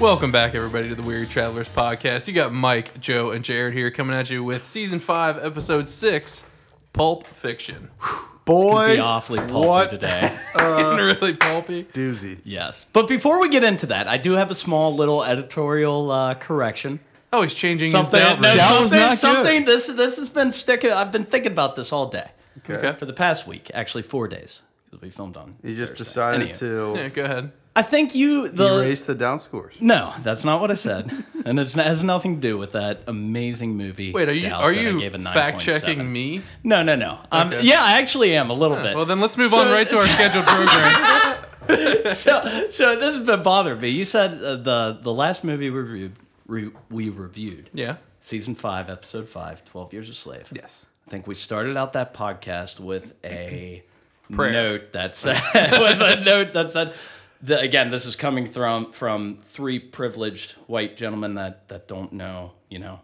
Welcome back, everybody, to the Weary Travelers podcast. You got Mike, Joe, and Jared here coming at you with season five, episode six, Pulp Fiction. Boy, be awfully pulpy what today. Uh, really pulpy. doozy. yes. But before we get into that, I do have a small little editorial uh, correction. Oh, he's changing Something, his no, route. That was not something, good. something. This this has been sticking. I've been thinking about this all day Okay. for the past week, actually four days because we filmed on. He just Thursday. decided Anywho. Yeah, to go ahead. I think you the erase the down scores. no, that's not what I said, and it's, it has nothing to do with that amazing movie. Wait, are you Doubt are that I you gave a fact checking 9.7. me? No, no, no. Um, Okay. Yeah, I actually am a little bit. Well, then let's move So- on right to our scheduled program. so, so this has been bothering me. You said uh, the the last movie we reviewed, re, we reviewed, Yeah. season five, episode five, 12 Years a Slave. Yes. I think we started out that podcast with a Prayer. note that said, with a note that said, the, again, this is coming from from three privileged white gentlemen that that don't know, you know,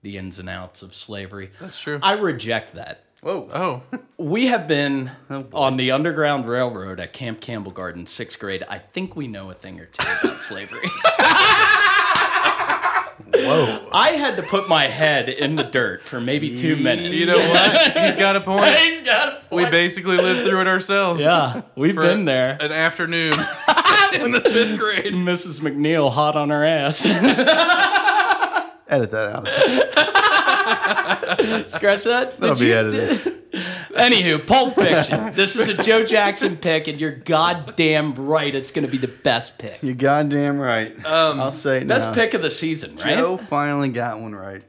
the ins and outs of slavery. That's true. I reject that. Whoa. Oh, We have been on the Underground Railroad at Camp Campbell Garden, sixth grade. I think we know a thing or two about slavery. Whoa. I had to put my head in the dirt for maybe two minutes. you know what? He's got a point. He's got a We point. basically lived through it ourselves. yeah, we've For been there. An afternoon in the fifth grade. Mrs. McNeil hot on her ass. Edit that out. Scratch that. That'll Did be you- edited. Anywho, Pulp Fiction. this is a Joe Jackson pick, and you're goddamn right. It's going to be the best pick. You're goddamn right. I'll say it Um, Best now. pick of the season, right? Joe finally got one right.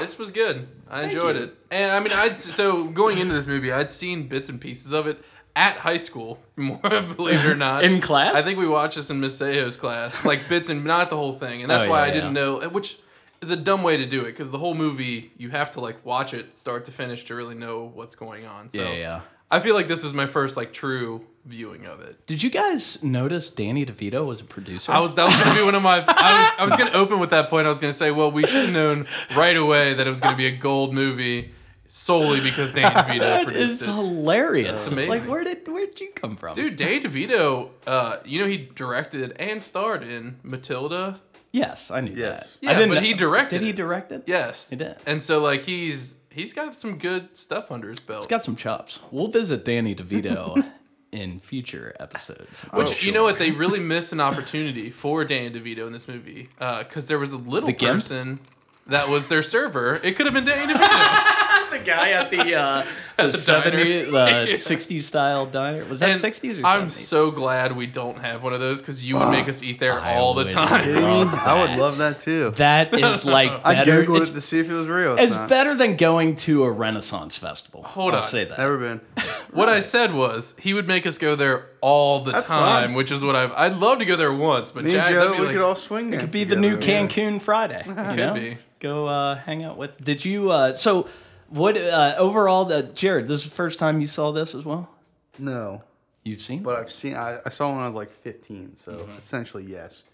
This was good. I enjoyed it. And I mean, I'd so going into this movie, I'd seen bits and pieces of it at high school. More, believe it or not, In class? I think we watched this in Miss Seho's class, like bits and not the whole thing. And that's Oh, why I yeah, didn't yeah. know, which is a dumb way to do it because the whole movie you have to like watch it start to finish to really know what's going on. So Yeah, yeah. I feel like this was my first like true viewing of it. Did you guys notice Danny DeVito was a producer? I was that was gonna be one of my. I was, I was gonna open with that point. I was gonna say, well, we should have known right away that it was gonna be a gold movie solely because Danny DeVito That is produced it. hilarious. It's like, amazing. where did where did you come from, Dude, Danny DeVito, uh, you know he directed and starred in Matilda. Yes, I knew Yes. that. Yeah, I didn't but know- he directed Did he it. direct it? Yes, He did. And so like he's he's got some good stuff under his belt. He's got some chops. We'll visit Danny DeVito in future episodes. I'm Which you know Oh, sure. what they really missed an opportunity for Danny DeVito in this movie because there was a little The gimp? person that was their server. It could have been Danny DeVito. the guy at the uh, the diner. seventy the sixties style diner was that And sixties or I'm 70s? so glad we don't have one of those because you would make us eat there I all the would. time. Kidding me? I would that. love that too. that is like I better. googled it's it to see if it was real. It's, it's not. better than going to a Renaissance festival. Hold I'll on. say that. Never been. What I said was he would make us go there all the That's time, fine. which is what I've. I'd love to go there once, but Me Jack, and Joe, that'd we be like, could all swing. It could be the new Cancun Friday. You know? be. Go uh, hang out with. Did you? Uh, so, what uh, overall, the, Jared? This is the first time you saw this as well. No, You've seen. but I've seen. I, I saw it when I was like 15, so Mm-hmm. essentially yes,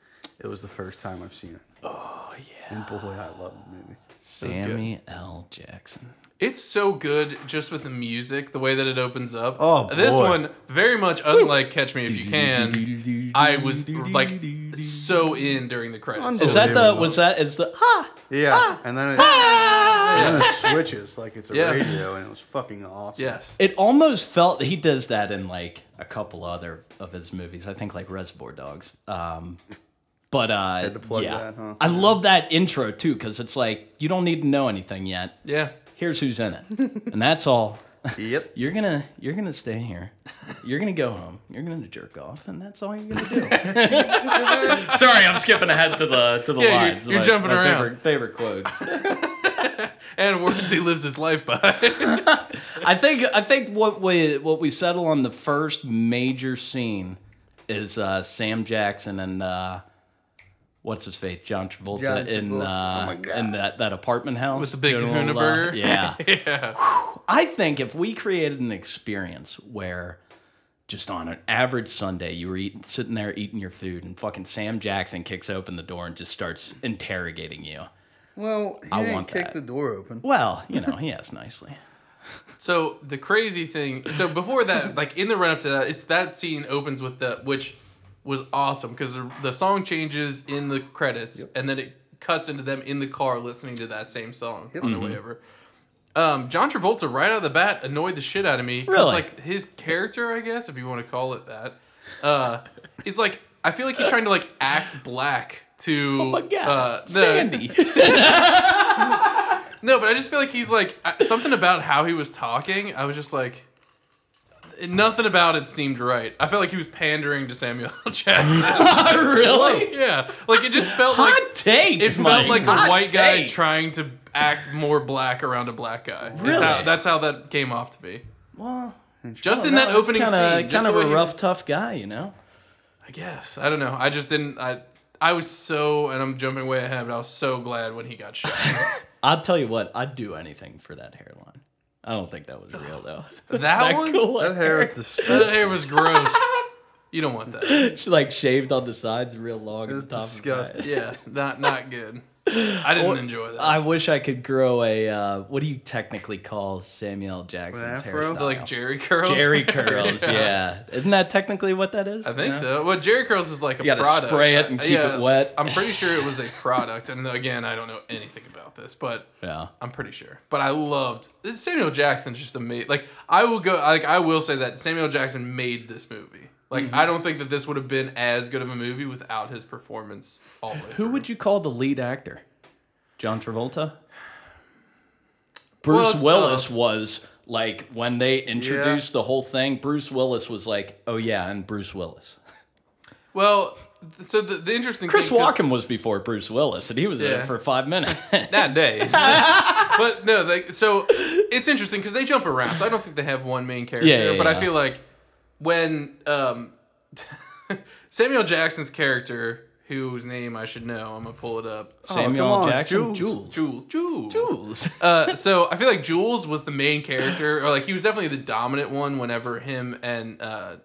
it was the first time I've seen it. Oh yeah. And boy, I love the movie. Sammy L. Jackson. it's so good just with the music, the way that it opens up. Oh, this boy. one very much unlike Catch Me If You Can. I was like so in during the credits. Is that the? Was that? Is the? Ah, Yeah, and then it, and then it switches like it's a Ah! Yeah. radio, and it was fucking awesome. yes? It almost felt he does that in like a couple other of his movies. I think like Reservoir Dogs. Um, but uh, had to plug yeah, that, huh? I love that intro too because it's like you don't need to know anything yet. Yeah. Here's who's in it, and that's all. Yep. you're gonna you're gonna stay here you're gonna go home you're gonna jerk off and that's all you're gonna do sorry i'm skipping ahead to the to the Yeah, you're- lines you're jumping around. favorite, favorite quotes And words he lives his life by. i think i think what we what we settle on the first major scene is uh sam jackson and uh What's his face? John Travolta, John in Travolta. Oh my uh, God. in that, that apartment house With the big Doing all, kahuna uh, burger. Yeah, yeah. I think if we created an experience where just on an average Sunday you were eating, sitting there eating your food and fucking Sam Jackson kicks open the door and just starts interrogating you. Well, he I didn't want kick that. the door open. Well, you know, he has nicely. So the crazy thing, so before that, like in the run up to that, it's that scene opens with the which was awesome because the, the song changes in the credits and then it cuts into them in the car listening to that same song on Mm-hmm. the way over. Um, John Travolta right out of the bat annoyed the shit out of me. 'cause, Really? like his character, I guess, if you want to call it that, uh, is like I feel like he's trying to like act black to oh But yeah, uh, no, Sandy. no, but I just feel like he's like I- something about how he was talking. I was just like, nothing about it seemed right. I felt like he was pandering to Samuel L. Jackson. really? yeah, like it just felt Hot like takes. it felt Mike. like Hot a white guy takes. trying to act more black around a black guy. Is Really? how- that's how that came off to me. Well, Just in that opening kinda, scene, just kind of the way a he rough, tough guy, you know. I guess. I don't know. I just didn't. I I was so, and I'm jumping way ahead, but I was so glad when he got shot. I'll tell you what, I'd do anything for that hairline. I don't think that was real though. That, that one, cool That hair is that disgusting. hair was gross. you don't want that. She like shaved on the sides, real long. That's It's disgusting. Yeah, not not good. I didn't enjoy that. I wish I could grow a uh, what do you technically call Samuel L. Jackson's afro? hairstyle? The, like Jerry curls. Jerry curls, yeah. Isn't that technically what that is? I think so. Well, Jerry curls is like a You gotta product. spray it and Uh, keep it wet. I'm pretty sure it was a product. And again, I don't know anything about this, but Yeah. I'm pretty sure. But I loved Samuel Jackson's just amazing. Like I will go. Like I will say that Samuel Jackson made this movie. Like Mm-hmm. I don't think that this would have been as good of a movie without his performance. All the way Who would you call the lead actor? John Travolta? Well, Bruce it's Willis tough. was like when they introduced the whole thing, Bruce Willis was like, "Oh yeah, and Bruce Willis." Well, th- so the, the interesting Chris thing, 'cause- Walken was before Bruce Willis, and he was in Yeah. it for five minutes. nowadays. but no, like so, it's interesting because they jump around. So I don't think they have one main character. Yeah, yeah, but I yeah. feel like when um, Samuel Jackson's character, whose name I should know, I'm gonna pull it up. Samuel come on, it's Jackson, Jules. Jules. Jules, Jules, Jules. Uh, so I feel like Jules was the main character, or like he was definitely the dominant one. Whenever him and uh,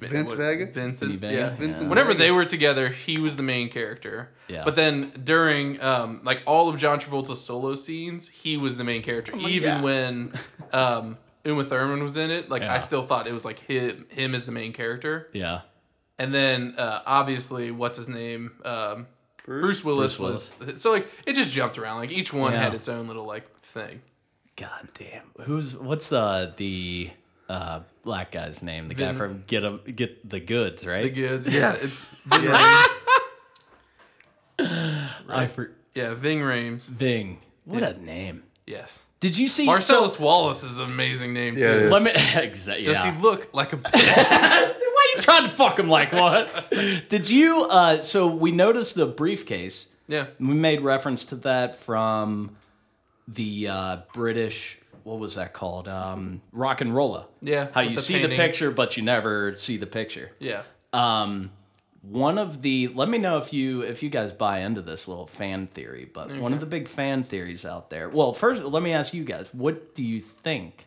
Vin- Vince what- Vega? Vincent, Vega, yeah, Vincent Whenever Vega. they were together, he was the main character. Yeah. But then during um, like all of John Travolta's solo scenes, he was the main character. Even Oh God. when um, Uma Thurman was in it, like I Yeah. still thought it was like him him as the main character. yeah. And then uh, obviously, what's his name? Um, Bruce, Willis Bruce was so like it just jumped around. Like each one Yeah. had its own little like thing. God damn. Who's what's the the uh, black guy's name? The guy Vin- from Get a, Get the Goods, right? The goods. Yeah, Yes. it's, yes. I for yeah, Ving Rames. Ving. What a name. Yes. Did you see Marcellus Wallace is an amazing name Yeah, it too. is. Let me. Exactly. Does yeah. he look like a bitch? Why you trying to fuck him like what? Did you? Uh, so we noticed the briefcase. yeah. We made reference to that from the uh, British. What was that called? Um, rock and rolla. Yeah, How with you the see the painting. picture, but you never see the picture. Yeah. Um, one of the let me know if you if you guys buy into this little fan theory, but one of the big fan theories out there. Well, first let me ask you guys, what do you think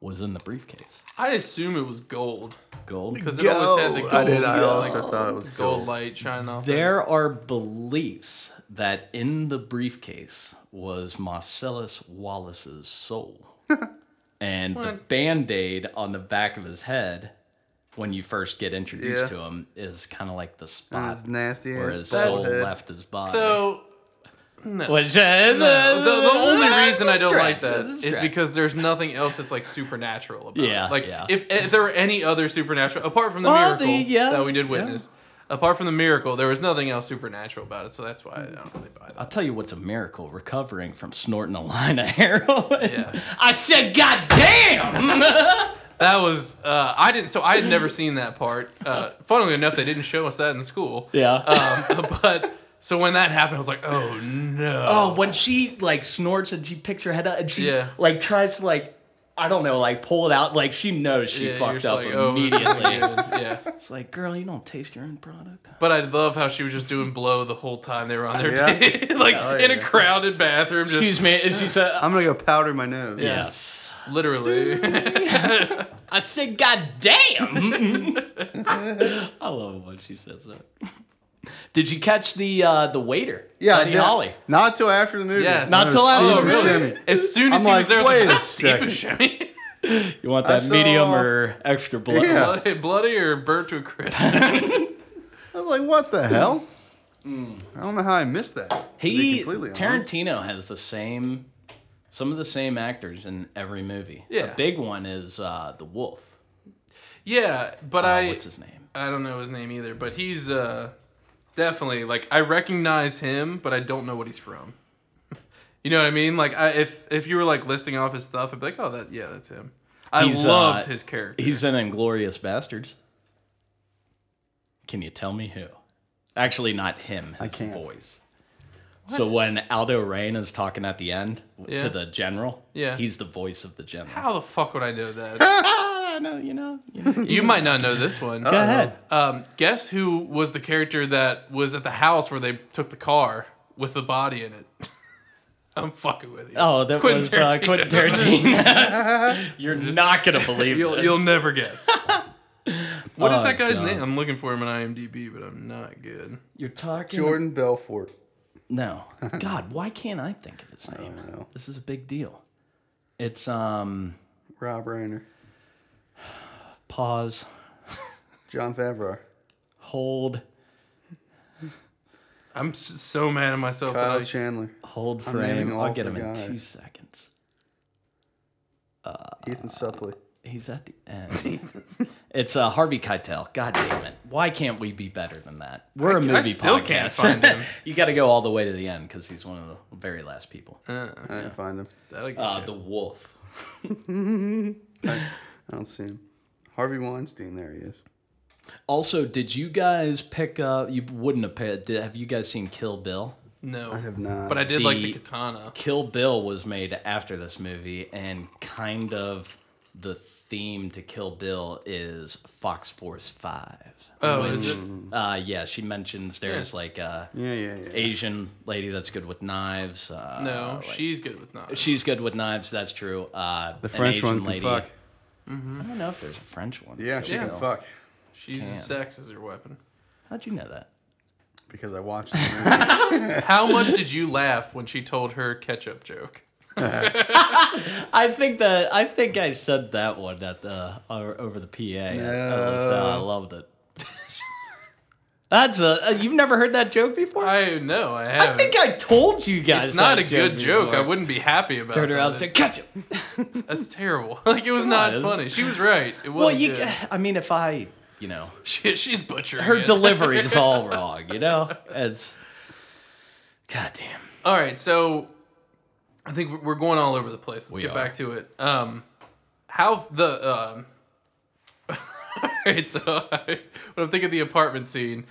was in the briefcase? I assume it was gold Gold. because it always had the gold. I did. I yeah, also like, thought it was gold, gold. light shining off. it. There are beliefs that in the briefcase was Marcellus Wallace's soul. and the band aid on the back of his head when you first get introduced Yeah. to him is kind of like the And spot his nasty where ass his bald soul head. left his body. So Which is no, No, the, the only reason I don't like that is because there's nothing else that's like supernatural about Yeah, it. Like yeah. if, if there were any other supernatural apart from the Well, the- miracle yeah, that we did yeah. witness, apart from the miracle, there was nothing else supernatural about it. So that's why I don't really buy that. I'll tell you what's a miracle: recovering from snorting a line of heroin. Yeah. I said, "God damn!" That was uh, I didn't. So I had never seen that part. Uh, funnily enough, they didn't show us that in school. yeah. Um, but so when that happened, I was like, oh no. Oh, when she like snorts and she picks her head up and she Yeah. like tries to like I don't know, like pull it out. Like she knows she Yeah, you're fucked just up like, oh, this isn't immediately. good. yeah. it's like, girl, you don't taste your own product. But I love how she was just doing blow the whole time they were on their Yeah. date, like Oh, in a yeah. crowded bathroom, just Excuse me, and she said uh, I'm gonna go powder my nose. Yes. literally. I said, God damn. I love it when she says that. Did you catch the uh the waiter? Yeah, I Buddy did. Holly. Not till after the movie. Yes. Not No, till after Steve the movie. Buscemi. Oh, As soon as I'm he like, was there, I was wait like, a "That's Steve Buscemi, You want that saw- medium or extra blood? Yeah. bloody, bloody or burnt to a crisp?" I was like, what the hell? Mm. I don't know how I missed that. to be He completely honest. Tarantino has the same, some of the same actors in every movie. Yeah. the big one is uh, the Wolf. Yeah, but Uh, I what's his name? I don't know his name either, but he's uh definitely like I recognize him, but I don't know what he's from. you know what I mean? Like I, if if you were like listing off his stuff, I'd be like, oh, that yeah, that's him. I He's, loved uh, his character. He's in Inglorious Bastards. Can you tell me who? Actually, not him. His can't. voice. So when Aldo Rain is talking at the end w- Yeah. to the general, Yeah. he's the voice of the general. How the fuck would I know that? Ah, no, you know, you know. you might not know this one. Go ahead. Um, guess who was the character that was at the house where they took the car with the body in it? I'm fucking with you. Oh, that Quentin was uh, Tarantino. Quentin Tarantino. You're not gonna believe You'll, this. you'll never guess. What is Oh, that guy's God. name? I'm looking for him on IMDb, but I'm not good. You're talking Jordan Belfort. No. God, why can't I think of his name? know. This is a big deal. It's um Rob Reiner. pause, John Favreau. hold, I'm s- so mad at myself. That Kyle I, Chandler. hold I'm naming frame. all I'll get the him guys. in two seconds. Ethan Suplee. He's at the end. it's uh, Harvey Keitel. God damn it! Why can't we be better than that? We're a I movie still podcast. can't find him. you got to go all the way to the end because he's one of the very last people. I didn't find him. that'll get Uh, you. the Wolf. I don't see him. Harvey Weinstein. There he is. Also, did you guys pick up? You wouldn't have picked. Did, have you guys seen Kill Bill? no, I have not. But I did like the The- katana. Kill Bill was made after this movie, and kind of the theme to Kill Bill is Fox Force Five. Oh, is it? Uh, yeah, she mentions there's like uh, a Yeah, yeah, yeah. Asian lady that's good with knives. Uh, No, like- she's good with knives. she's good with knives. That's true. Uh, The French one can lady. fuck. I don't know if there's a French one. Yeah, she Yeah. can fuck. She's uses sex as her weapon. How'd you know that? Because I watched the How much did you laugh when she told her ketchup joke? I think that I think I said that one at the o- over the PA. I- I, was, uh, I loved it. That's a uh, you've never heard that joke before. I, I know, I haven't. think I told you guys. it's not a that good joke. before. I wouldn't be happy about turned that. around and said, That's- "Catch him." That's terrible. Like it was not on. funny. She was right. It Well, was you. I mean, if I, you know, She, she's butchering her it. delivery is all wrong. You know, it's goddamn. All right, so I think we're- we're going all over the place. Let's We get are. back to it. Um, how the um, all right, so when I'm thinking of the apartment scene,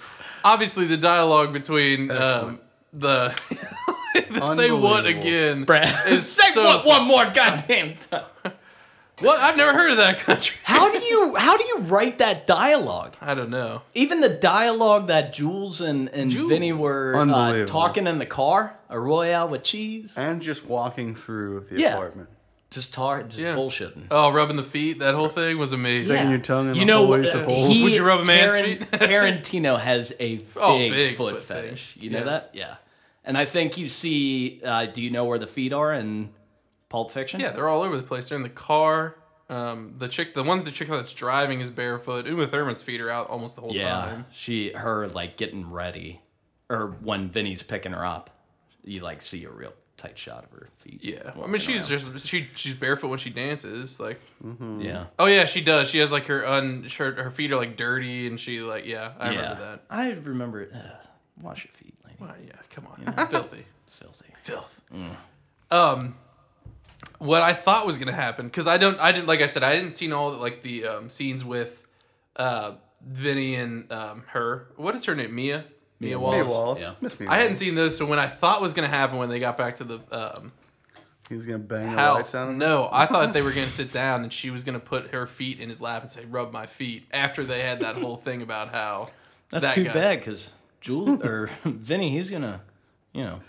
obviously the dialogue between um, Excellent. the say what Unbelievable. again Brad is say so what one more goddamn time. what I've never heard of that country. How do you how do you write that dialogue? I don't know. Even the dialogue that Jules and, and Jules. Vinny were uh, Unbelievable. talking in the car, a royale with cheese, And just walking through the Yeah. apartment. just tar, just Yeah. bullshitting. Oh, rubbing the feet, that whole thing was amazing. Sticking your tongue in you the know, holes of uh, holes. he- Would you rub a man's feet? Tarantino has a Oh, big, big foot, foot fetish. thing. You know Yeah. that? Yeah. And I think you see. Uh, do you know where the feet are in Pulp Fiction? Yeah, they're all over the place. They're in the car. Um, the chick, the one, the chick that's driving is barefoot. Uma Thurman's feet are out almost the whole Yeah, time. Um, she her like getting ready, or when Vinny's picking her up, you like see a real tight shot of her feet. Yeah, I walking mean, she's just she she's barefoot when she dances. Like, around. yeah, oh yeah, she does. She has like her un her, her feet are like dirty, and she like yeah, I yeah. remember that. I remember. it. Ugh, wash your feet, lady. Oh, yeah, come on, filthy. Filthy. filth. Um, what I thought was gonna happen because I don't, I didn't, like I said, I didn't see all the, like the um, scenes with uh, Vinny and um, her. What is her name? Mia. Mia Wallace. Mia Wallace. Yeah. Miss me. I hadn't seen those, so when I thought was gonna happen when they got back to the um, He's gonna bang the house, lights out of him. no, I thought they were gonna sit down and she was gonna put her feet in his lap and say, "Rub my feet." After they had that whole thing about how That's that too guy- bad because Jewel or Vinny, he's gonna, you know,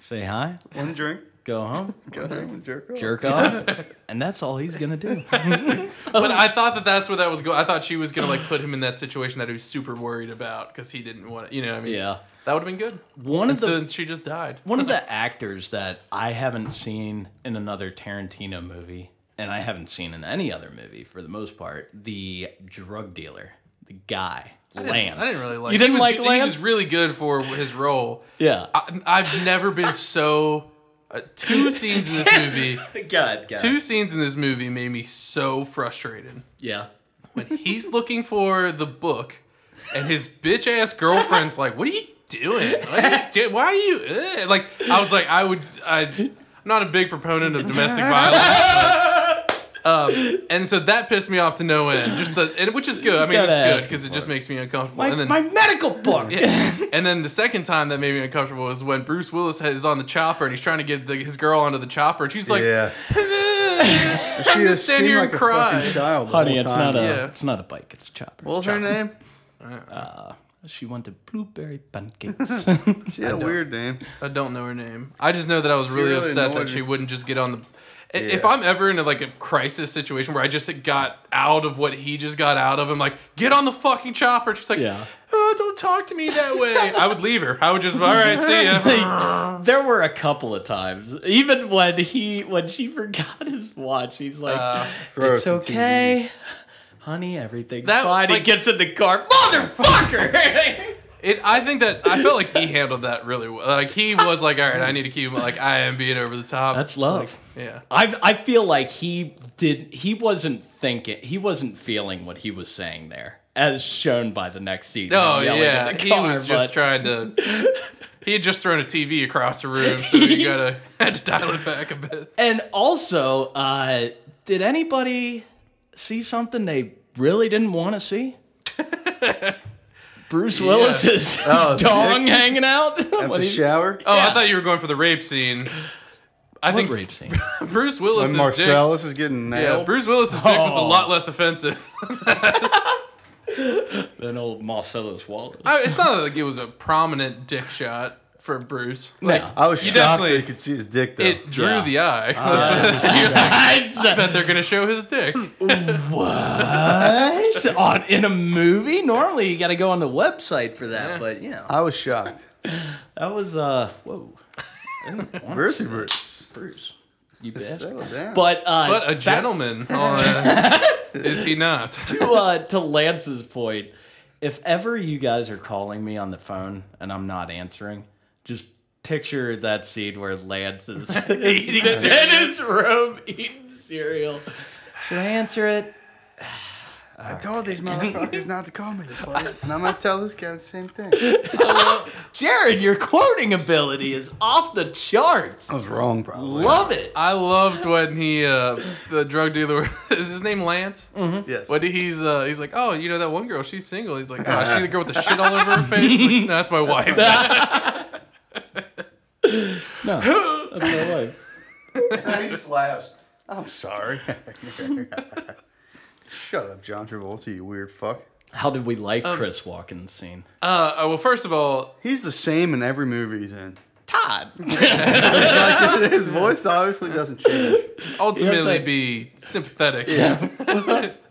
say hi, One drink. go home, Go ahead and jerk off. jerk off, and that's all he's gonna do. Oh. But I thought that that's where that was going. I thought she was gonna like put him in that situation that he was super worried about because he didn't want. You know, what I mean, yeah. that would have been good. One of the Instead, she just died. One of the actors that I haven't seen in another Tarantino movie, and I haven't seen in any other movie for the most part, the drug dealer, the guy Lance. I didn't really like. You didn't he was like good- He Lance? was really good for his role. yeah. I, I've never been so. Uh, two scenes in this movie. God, God. Two scenes in this movie made me so frustrated. yeah. When he's looking for the book, and his bitch ass girlfriend's like, "What are you doing? What are you do- Why are you?" eh?" Like, I was like, I would. I, I'm not a big proponent of domestic violence. but, um, and so that pissed me off to no end. Just the, and, which is good. I mean, Gotta it's good ask because it for just makes me uncomfortable. My, and then my medical book. and then the second time that made me uncomfortable was when Bruce Willis is on the chopper and he's trying to get the, his girl onto the chopper, and she's like, yeah. "Eh." She just stand seemed here like and a cry. fucking child. The Honey, whole it's time. not a Yeah. it's not a bike. It's a chopper. What was It's her chopper. name? She wanted blueberry pancakes. She had a weird name. I don't know her name. I just know that I was really, really upset annoyed that she me. wouldn't just get on the. I- If Yeah. I'm ever in a, like a crisis situation where I just got out of what he just got out of, I'm like, get on the fucking chopper. She's like, Yeah. "Oh, don't talk to me that way. I would leave her. I would just, all right, see ya. Like, there were a couple of times, even when he when she forgot his watch, he's like, Uh, Throw "It's it at the okay, honey, everything's That- fine." like- he gets in the car, motherfucker. It. I think that I felt like he handled that really well. Like he was like, all right, I need to keep. Like I am being over the top. That's love. yeah. I I feel like he did. He wasn't thinking. He wasn't feeling what he was saying there, as shown by the next scene. Oh Yelling yeah, at the he car, was just but- trying to. He had just thrown a TV across the room, so you gotta had to dial it back a bit. And also, uh, did anybody see something they really didn't want to see? Bruce Willis's Oh, his dong dick. hanging out. At When the he- shower. Oh, I Yeah. thought you were going for the rape scene. I What think rape scene? Bruce Willis's When dick. Marcellus is getting Yeah, nailed. Bruce Willis's dick was a Oh. lot less offensive. An old Marcellus Wallace. I- it's not like it was a prominent dick shot for Bruce. Like, No. I was You shocked definitely- that you could see his dick though. It drew Yeah. the eye. I bet they're gonna show his dick. what on in a movie? Normally, you got to go on the website for that, but you know I was shocked. that was uh whoa, Bruce Bruce. Bruce, you bastard. Settle down. But uh, But a back- gentleman, uh, is he not? to uh, to Lance's point, if ever you guys are calling me on the phone and I'm not answering, just picture that scene where Lance is eating in his room eating cereal. Should I answer it? I told these motherfuckers not to call me this late, and I'm gonna tell this guy the same thing. Jared, your quoting ability is off the charts. I was wrong, probably. Love it. I loved when he, uh, the drug dealer, is his name Lance? Yes. When he's, uh, he's like, oh, you know that one girl, she's single. He's like, oh, she the girl with the shit all over her face. He's like, no, that's my wife. No, that's my wife. he just laughs. I'm sorry. Shut up, John Travolta, you weird fuck. How did we like Chris Walken's scene? Uh, uh, well, first of all, He's the same in every movie he's in. Todd. His voice obviously doesn't change. ultimately like- be sympathetic.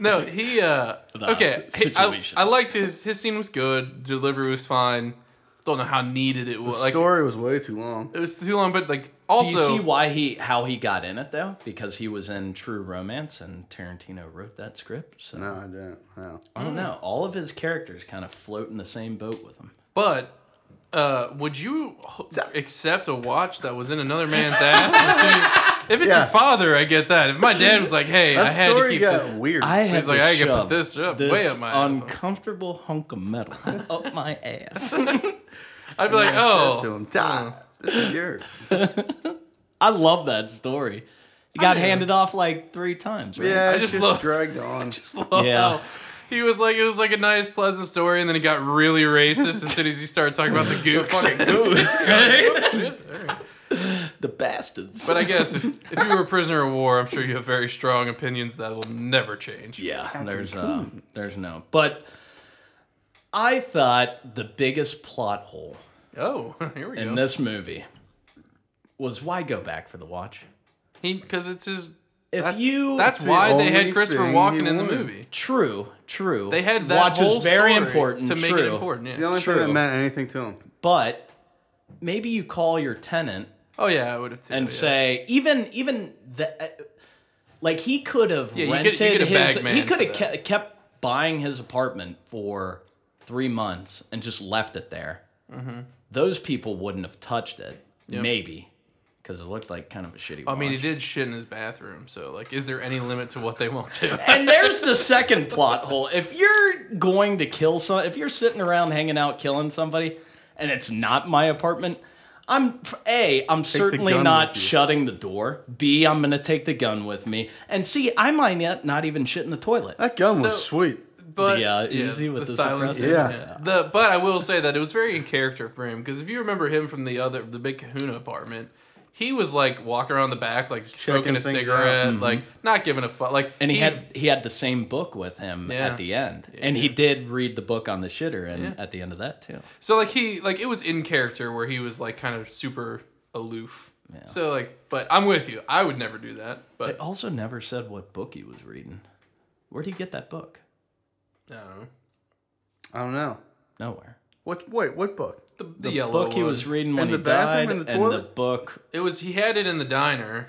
no, he, uh, The okay. he- I, situation. I liked his, his scene was good. Delivery was fine. Don't know how needed it was. The like, story was way too long. it was too long, but like, Do also. you see why he how he got in it though? Because he was in True Romance and Tarantino wrote that script. So No, I didn't. No. I don't know. All of his characters kind of float in the same boat with him. But uh, would you h- accept a watch that was in another man's ass? Until you- if it's Yeah. your father, I get that. If my dad was like, "Hey, That I had to story keep got this," weird. I have like, to I gotta put shove this up- this way up my ass. uncomfortable hunk of metal up my ass. I'd be like, said to "Oh, him, "Dad, this is yours." I love that story. It got do. handed off like three times. Right? Yeah, I it just just, love- dragged on. just love Yeah. how He was like, it was like a nice, pleasant story, and then it got really racist as soon as he started talking about the gooks. the bastards. but I guess if, if you were a prisoner of war, I'm sure you have very strong opinions that will never change. Yeah, there's uh, there's no. But I thought the biggest plot hole Oh, here we in go. this movie was why go back for the watch? Because it's his. If That's- you That's the why they only had Christopher thing he Walken in the wanted. movie. true, true. They had that watch whole is very story important to make true, it important. The Yeah. only True. thing that meant anything to him. But maybe you call your tenant Oh yeah, I would have too. and yeah. say even even the uh, like he could have you could- you rented could have his bagged he man could for have that. kept, kept buying his apartment for three months and just left it there, Mm-hmm. those people wouldn't have touched it. Maybe. Because it looked like kind of a shitty. I mean, he watch. did shit in his bathroom, so like, is there any limit to what they won't do? and there's the second plot hole. If you're going to kill some, if you're sitting around hanging out killing somebody, and it's not my apartment, I'm a. I'm certainly gun not with you. shutting the door. B. I'm gonna take the gun with me, and C. I might not, not even shit in the toilet. That gun So- was sweet. But The, uh, Uzi with the silencer. suppressor? Yeah. Yeah. The but I will say that it was very in character for him because if you remember him from the other the big Kahuna apartment, he was like walking around the back like smoking a things out. cigarette, like not giving a fuck. Like Mm-hmm. And he, had he had the same book with him Yeah. at the end, and he did read the book on the shitter, and at the end of that too. so like he like it was in character where he was like kind of super aloof. So like, but I'm with you. I would never do that. It But also never said what book he was reading. Where'd he get that book? I don't know. I don't know. Nowhere. What? Wait, what book? The, the, the yellow book he one. was reading when In the he bathroom, died, in the and the toilet? book, It was he had it in the diner.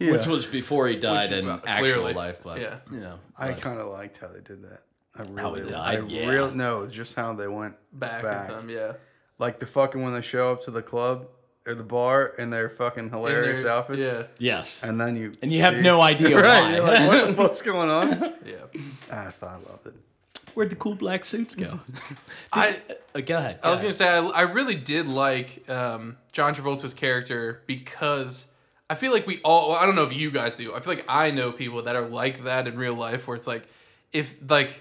Yeah. which was before he died Which- in uh, actual clearly. life, but Yeah. you know, I but- kind of liked how they did that. I really, he died? I Yeah. really no, it's just how they went Back, in time, yeah. Like the fucking when they show up to the club or the bar in their fucking In hilarious there- outfits. yes, And then you And you have see- no idea right? why. You're like, what the fuck's going on? Ah, Yeah, yeah. I thought I loved it. where'd the cool black suits go? I Uh, go ahead. I was gonna say I, I really did like um, John Travolta's character because I feel like we all. Well, I don't know if you guys do. I feel like I know people that are like that in real life, where it's like if like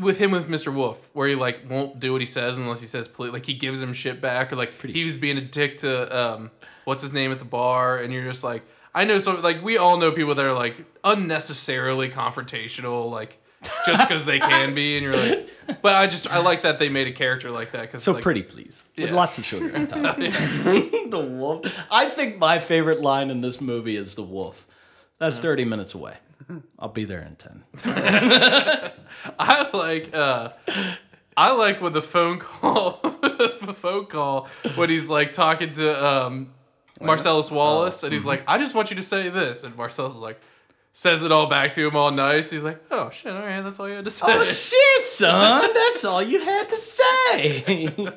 with him with Mr. Wolf, where he like won't do what he says unless he says please. Like he gives him shit back, or like he was being a dick to um, what's his name at the bar, and you're just like I know some like we all know people that are like unnecessarily confrontational, like. just because they can be, and you're like, but I just I like that they made a character like that because so like, pretty, please, with Yeah. lots of sugar on top. the wolf. I think my favorite line in this movie is the wolf. That's thirty minutes away. I'll be there in ten. I like uh I like when the phone call the phone call when he's like talking to um Marcellus Wallace and Oh, he's mm-hmm. like, I just want you to say this and Marcellus is like says it all back to him all nice. He's like, Oh shit, all right, that's all you had to say. oh shit, son! That's all you had to say.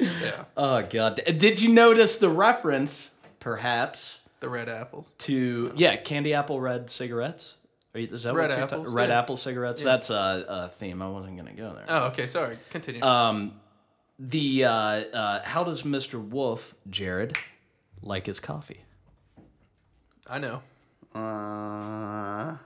yeah. oh god, did you notice the reference? Perhaps The red apples. to yeah, candy apple red cigarettes. Are you, is that Red what you're ta- apples, red yeah. apple cigarettes? That's a, a theme. I wasn't gonna go there. Um, Oh, okay, sorry. Continue. Uh, the uh, uh, how does Mr. Wolf Jared like his coffee? I know. Uh,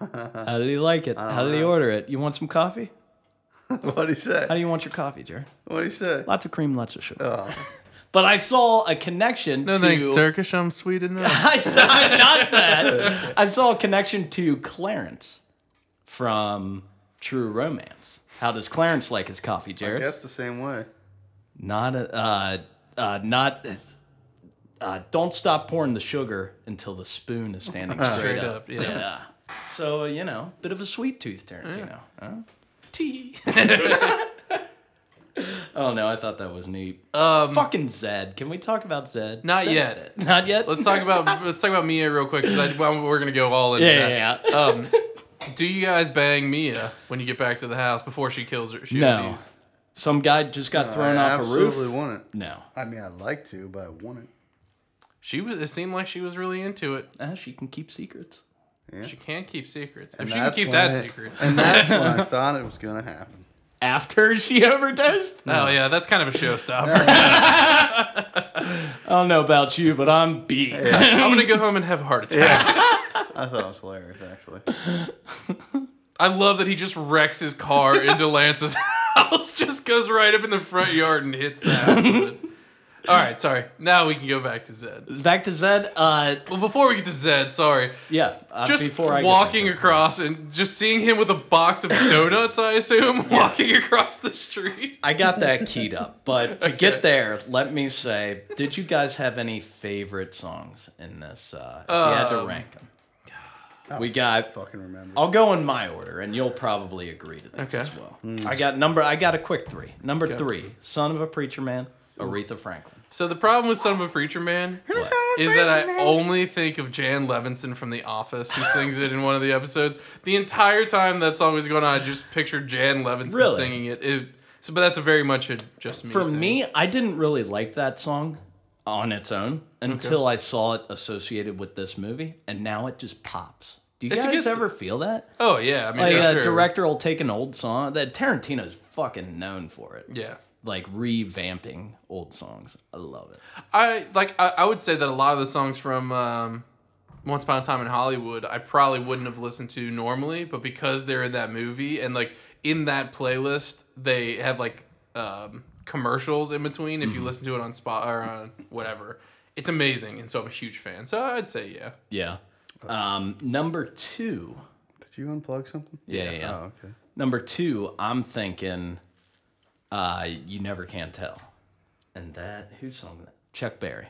How did he like it? How did he Uh, order it? You want some coffee? what Uh, he How say? do you want your coffee, Jared? What he say? Lots of cream, lots of sugar. But I saw a connection Oh. No to thanks, Turkish, I'm sweet enough. I saw not that. I saw a connection to Clarence from True Romance. How does Clarence like his coffee, Jared? That's the same way. Not a, uh, uh, not. Uh, don't stop pouring the sugar until the spoon is standing straight, Straight up. up, yeah. So you know, bit of a sweet tooth Tarantino. huh? Tea. Oh no, I thought that was neat. Um Fucking Zed. Can we talk about Zed? Not Zed's yet. dead. Not yet. let's talk about let's talk about Mia real quick because we're gonna go all in. Yeah, yeah. yeah. Um, do you guys bang Mia when you get back to the house before she kills her? She no, ODs? some guy just got thrown I off a absolutely roof. want it. No, I mean, I'd like to, but I want it. She was. It seemed like she was really into it. Ah, she can keep secrets. She can't keep secrets. If And she can that's keep when that I- secret. And that's when I thought it was gonna happen. After she overdosed. Oh yeah, that's kind of a showstopper. I don't know about you, but I'm beat. I'm gonna go home and have a heart attack. I thought it was hilarious, actually. I love that he just wrecks his car into Lance's house. Just goes right up in the front yard and hits the house. with it. All right, sorry. Now we can go back to Zed. Back to Zed. Uh, Well, before we get to Zed, sorry. yeah. uh, just before I get walking back to- across and just seeing him with a box of donuts, I assume, walking across the street. I got that keyed up, but to get there, let me say, did you guys have any favorite songs in this? Uh, if you had to Um, oh, rank them, we got. Fucking remember. I'll go in my order, and you'll probably agree to this Okay. as well. I got number. I got a quick three. Number Okay. three, "Son of a Preacher Man," Aretha Franklin. So the problem with Son of a Preacher Man is that I only think of Jan Levinson from The Office, who sings it in one of the episodes. The entire time that song was going on, I just pictured Jan Levinson Really? singing it. It So, but that's a very much a just me. For thing. me, I didn't really like that song on its own until I saw it associated with this movie, and now it just pops. Do you It's a guys good s- ever feel that? oh yeah, I mean, Like for a sure. director will take an old song that Tarantino's fucking known for it. Yeah, Like revamping old songs. I love it. I like. I, I would say that a lot of the songs from um, Once Upon a Time in Hollywood, I probably wouldn't have listened to normally, but because they're in that movie and like in that playlist, they have like um, commercials in between. If you listen to it on spot or on whatever, it's amazing, and so I'm a huge fan. So I'd say yeah. Yeah. Um, number two. Did you unplug something? Yeah, yeah. yeah. Oh, okay. Number two, I'm thinking, uh, you never can tell, and that who sung that? Chuck Berry,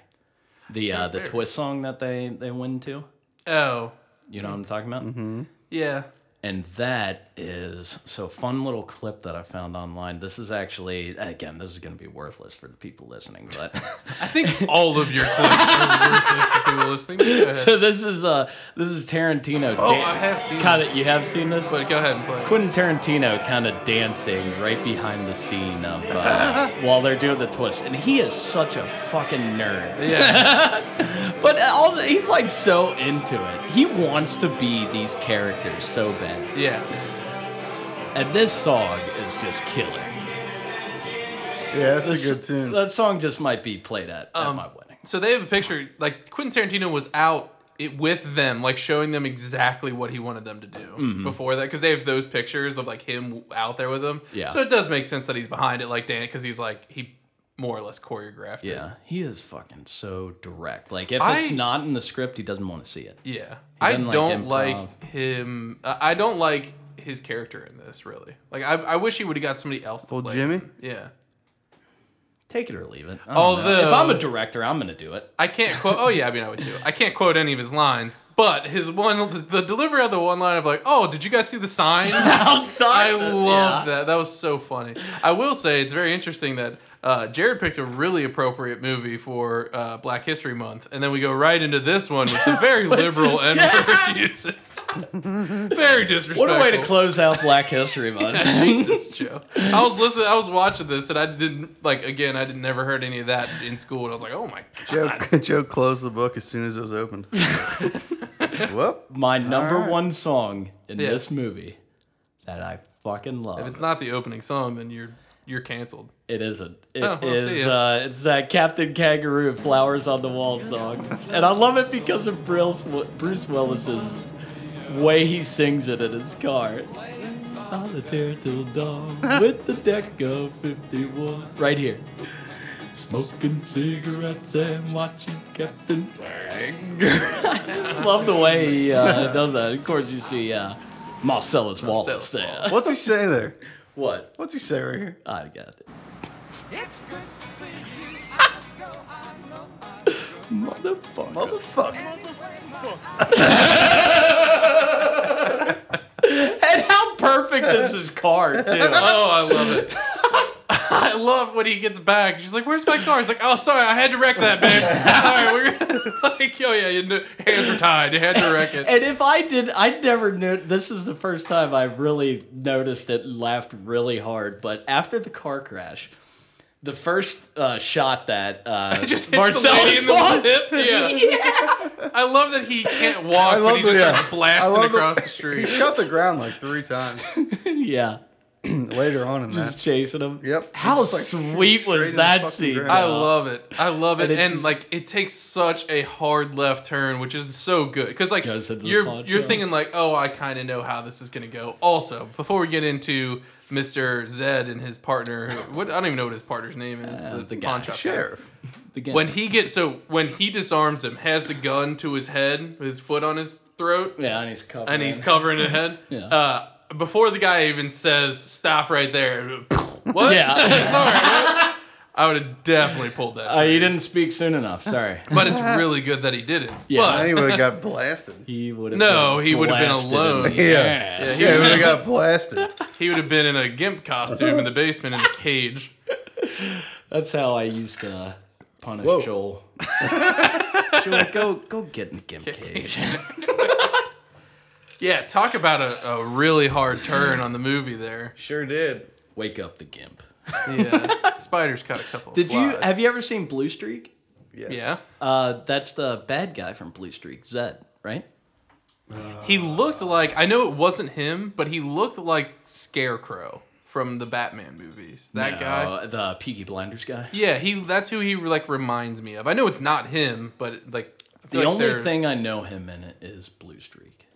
the uh, the Berry. twist song that they they went to. Oh You know what I'm talking about? yeah. And that is so fun little clip that I found online. This is actually again, this is going to be worthless for the people listening, but. I think all of your clips are worthless for people listening. Go ahead. So this is uh this is Tarantino. Oh, I have seen Kind this. of, you have seen this. But go ahead and play. it. Quentin Tarantino kind of dancing right behind the scene of uh, while they're doing the twist, and he is such a fucking nerd. Yeah. But all the, he's like so into it. He wants to be these characters so bad, Yeah. and this song is just killer. Yeah, that's This- a good tune. That song just might be played at, Um, at my wedding. So they have a picture. Like Quentin Tarantino was out it, with them, like showing them exactly what he wanted them to do Mm-hmm. before that, because they have those pictures of like him out there with them. Yeah. So it does make sense that he's behind it, like Dan, because he's like he more or less choreographed. it. Yeah, he is fucking so direct. Like if I- it's not in the script, he doesn't want to see it. Yeah. I doesn't like don't improv. like, him. I I don't like his character in this really. Like I, I wish he would have got somebody else to Old play. Jimmy? him. Yeah. Take it or leave it. I don't know. Although- if I'm a director, I'm gonna do it. I can't quote. Oh yeah, I mean I would too. I can't quote any of his lines, but his one, the delivery of the one line of like, "Oh, did you guys see the sign?" outside. I love that. That was so funny. I will say it's very interesting that uh, Jared picked a really appropriate movie for uh, Black History Month, and then we go right into this one with the very liberal is and Jared. usage. very disrespectful. What a way to close out Black History Month. Jesus, Joe. I was listening. I was watching this, and I didn't like. Again, I didn't never heard any of that in school, and I was like, "Oh my god!" Joe, Joe closed the book as soon as it was opened. Whoop. My number right. one song in Yeah. this movie that I fucking love. If it's not the opening song, then you're you're canceled. it isn't. It Oh, we'll is, see ya. Uh, it's that Captain Kangaroo Flowers on the Wall song, and I love it because of Bruce, Bruce Willis's way he sings it in his car. Solitaire till dawn with the deck of 51. Right here. Smoking cigarettes and watching Captain I just love the way he uh, does that. Of course, you see uh, Marcellus Wallace Marcellus there. What's he say there? What? What's he say right here? I got it. Motherfucker. Motherfucker. And how perfect is his car, too. Oh, I love it. I love when he gets back. She's like, "Where's my car?" He's like, "Oh, sorry, I had to wreck that, babe. All right, we're gonna- like, oh yeah, your kn- hands were tied. You had to wreck it." And if I did, I never knew. This is the first time I really noticed it and laughed really hard. But after the car crash, the first uh, shot that uh, Just hits the lady Marcellus in the Wallace- lip. Yeah. I love that he can't walk, but he love just the- uh, starts I blasting love the- across the, He street. shot the ground like three times yeah, later on in just that. chasing him. Yep. How Just, like, sweet straight was in his that fucking scene? ground. I love it. I love it, And and, it's just- like it takes such a hard left turn, which is so good because like Goes into the you're plot, you're yeah. thinking like, oh, I kind of know how this is gonna go. Also, before we get into Mr. Zed and his partner, who- what I don't even know what his partner's name is. Uh, the pawn guy. shop Sheriff. The game. When he gets so when he disarms him, has the gun to his head, his foot on his throat, yeah, and he's covered. and he's covering his head. Yeah. Uh, before the guy even says stop right there, what? Yeah. sorry. what? I would have definitely pulled that. Uh, trigger. you didn't speak soon enough. Sorry. but it's really good that he didn't. Yeah. But- And he would have got blasted. He would have. No, he would've been alone. Yeah. Yeah. Yeah, he would have got blasted. He would have been in a gimp costume in the basement in a cage. That's how I used to punish Whoa. Joel. Joel, go go get in the gimp cage. Yeah, talk about a, a really hard turn on the movie there. Sure did. Wake up the gimp. Yeah, uh, spiders caught a couple. Did you flies. have you ever seen Blue Streak? Yes. Yeah, Uh, that's the bad guy from Blue Streak, Zed, right? he looked like I know it wasn't him, but he looked like Scarecrow from the Batman movies. That guy. No, the Peaky Blinders guy. Yeah, he. That's who he like reminds me of. I know it's not him, but like I The feel like only they're- thing I know him in it is Blue Streak.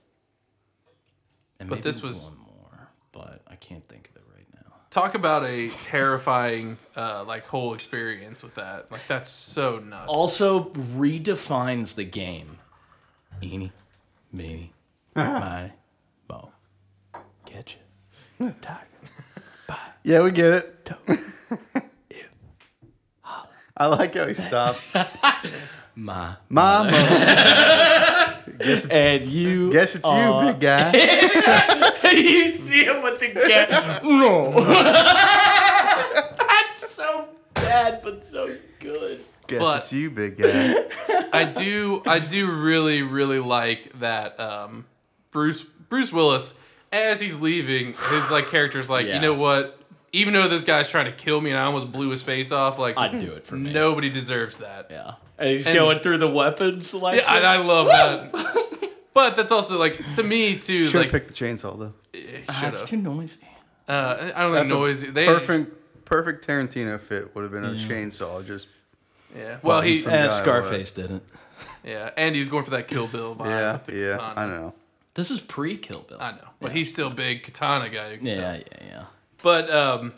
And But maybe this was- one more, but I can't think of it right now. talk about a terrifying uh, like whole experience with that. Like that's so nuts. Also redefines the game. Eeny, meeny, Ah. my, mo. Catch it. Tiger. Yeah, we get it. I like how he stops. My. Mama, And you. guess it's you, big guy. you see him with the cat. No. That's so bad, but so good. Guess But- it's you, big guy. I do I do really really like that um, Bruce Bruce Willis as he's leaving his like character's like Yeah. you know what even though this guy's trying to kill me and I almost blew his face off like I'd do it for me. nobody deserves that Yeah. And he's And- going through the weapons yeah selection. I, I love that but that's also like to me too Should like have picked the chainsaw though. shut up Ah, noisy. uh, I don't think noisy they Perfect, perfect Tarantino fit would have been a chainsaw. Just yeah well he Some- Eh, guy Scarface didn't. yeah and he's going for that Kill Bill vibe yeah, with the yeah. katana. I know. This is pre Kill Bill. I know, but he's still big katana guy. who can tell. Yeah, yeah, yeah. But um,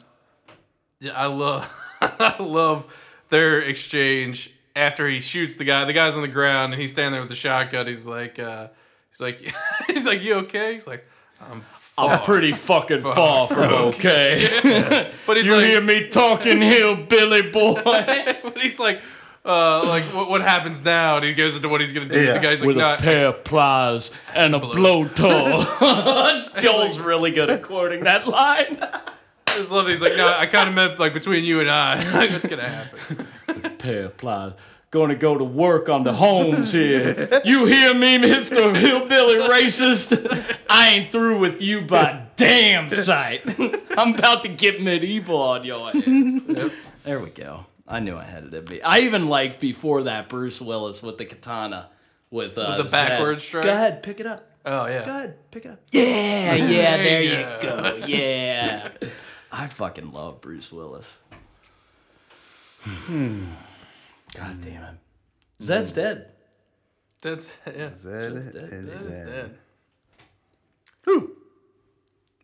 yeah, I love, I love their exchange after he shoots the guy. The guy's on the ground and he's standing there with the shotgun. He's like, uh, he's like, he's like, you okay? He's like, I'm. I'm fucked." pretty fucking far from Oh. okay. But he's you hear like, me talking, hillbilly boy, but he's like, uh, like what, what happens now? And he goes into what he's gonna do. Yeah. The guy's like, with a not. pair of pliers and a blow tool. Joel's really good at quoting that line. I just love. that He's like, no, I kind of meant like between you and I. like what's gonna happen? pair of pliers. Going to go to work on the homes here. You hear me, Mr. Hillbilly Racist? I ain't through with you by damn sight. I'm about to get medieval on your ass. There we go. I knew I had it in me. I even liked before that Bruce Willis with the katana with, uh, With the backward Zed. strike? Go ahead, pick it up. Oh Go yeah. ahead, pick it up. Yeah, yeah, there Yeah. you go. Yeah. I fucking love Bruce Willis. Hmm. God damn it. Zed's dead. That's yeah. That Shit's is dead. That is dead. dead. Who?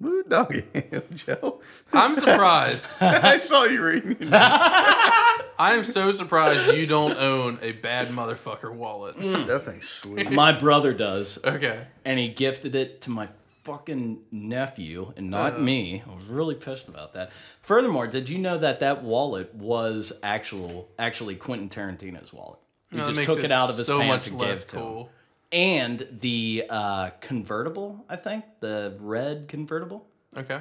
Woo doggy, Joe. I'm surprised I saw you reading. it. I'm so surprised you don't own a bad motherfucker wallet. Mm. That thing's sweet. My brother does, Okay. and he gifted it to my fucking nephew and Uh-huh. not me. I was really pissed about that. Furthermore, did you know that that wallet was actual actually Quentin Tarantino's wallet? He No, that just makes took it out of his so pants much and gave less it to him. cool. and the uh, convertible. I think the red convertible Okay.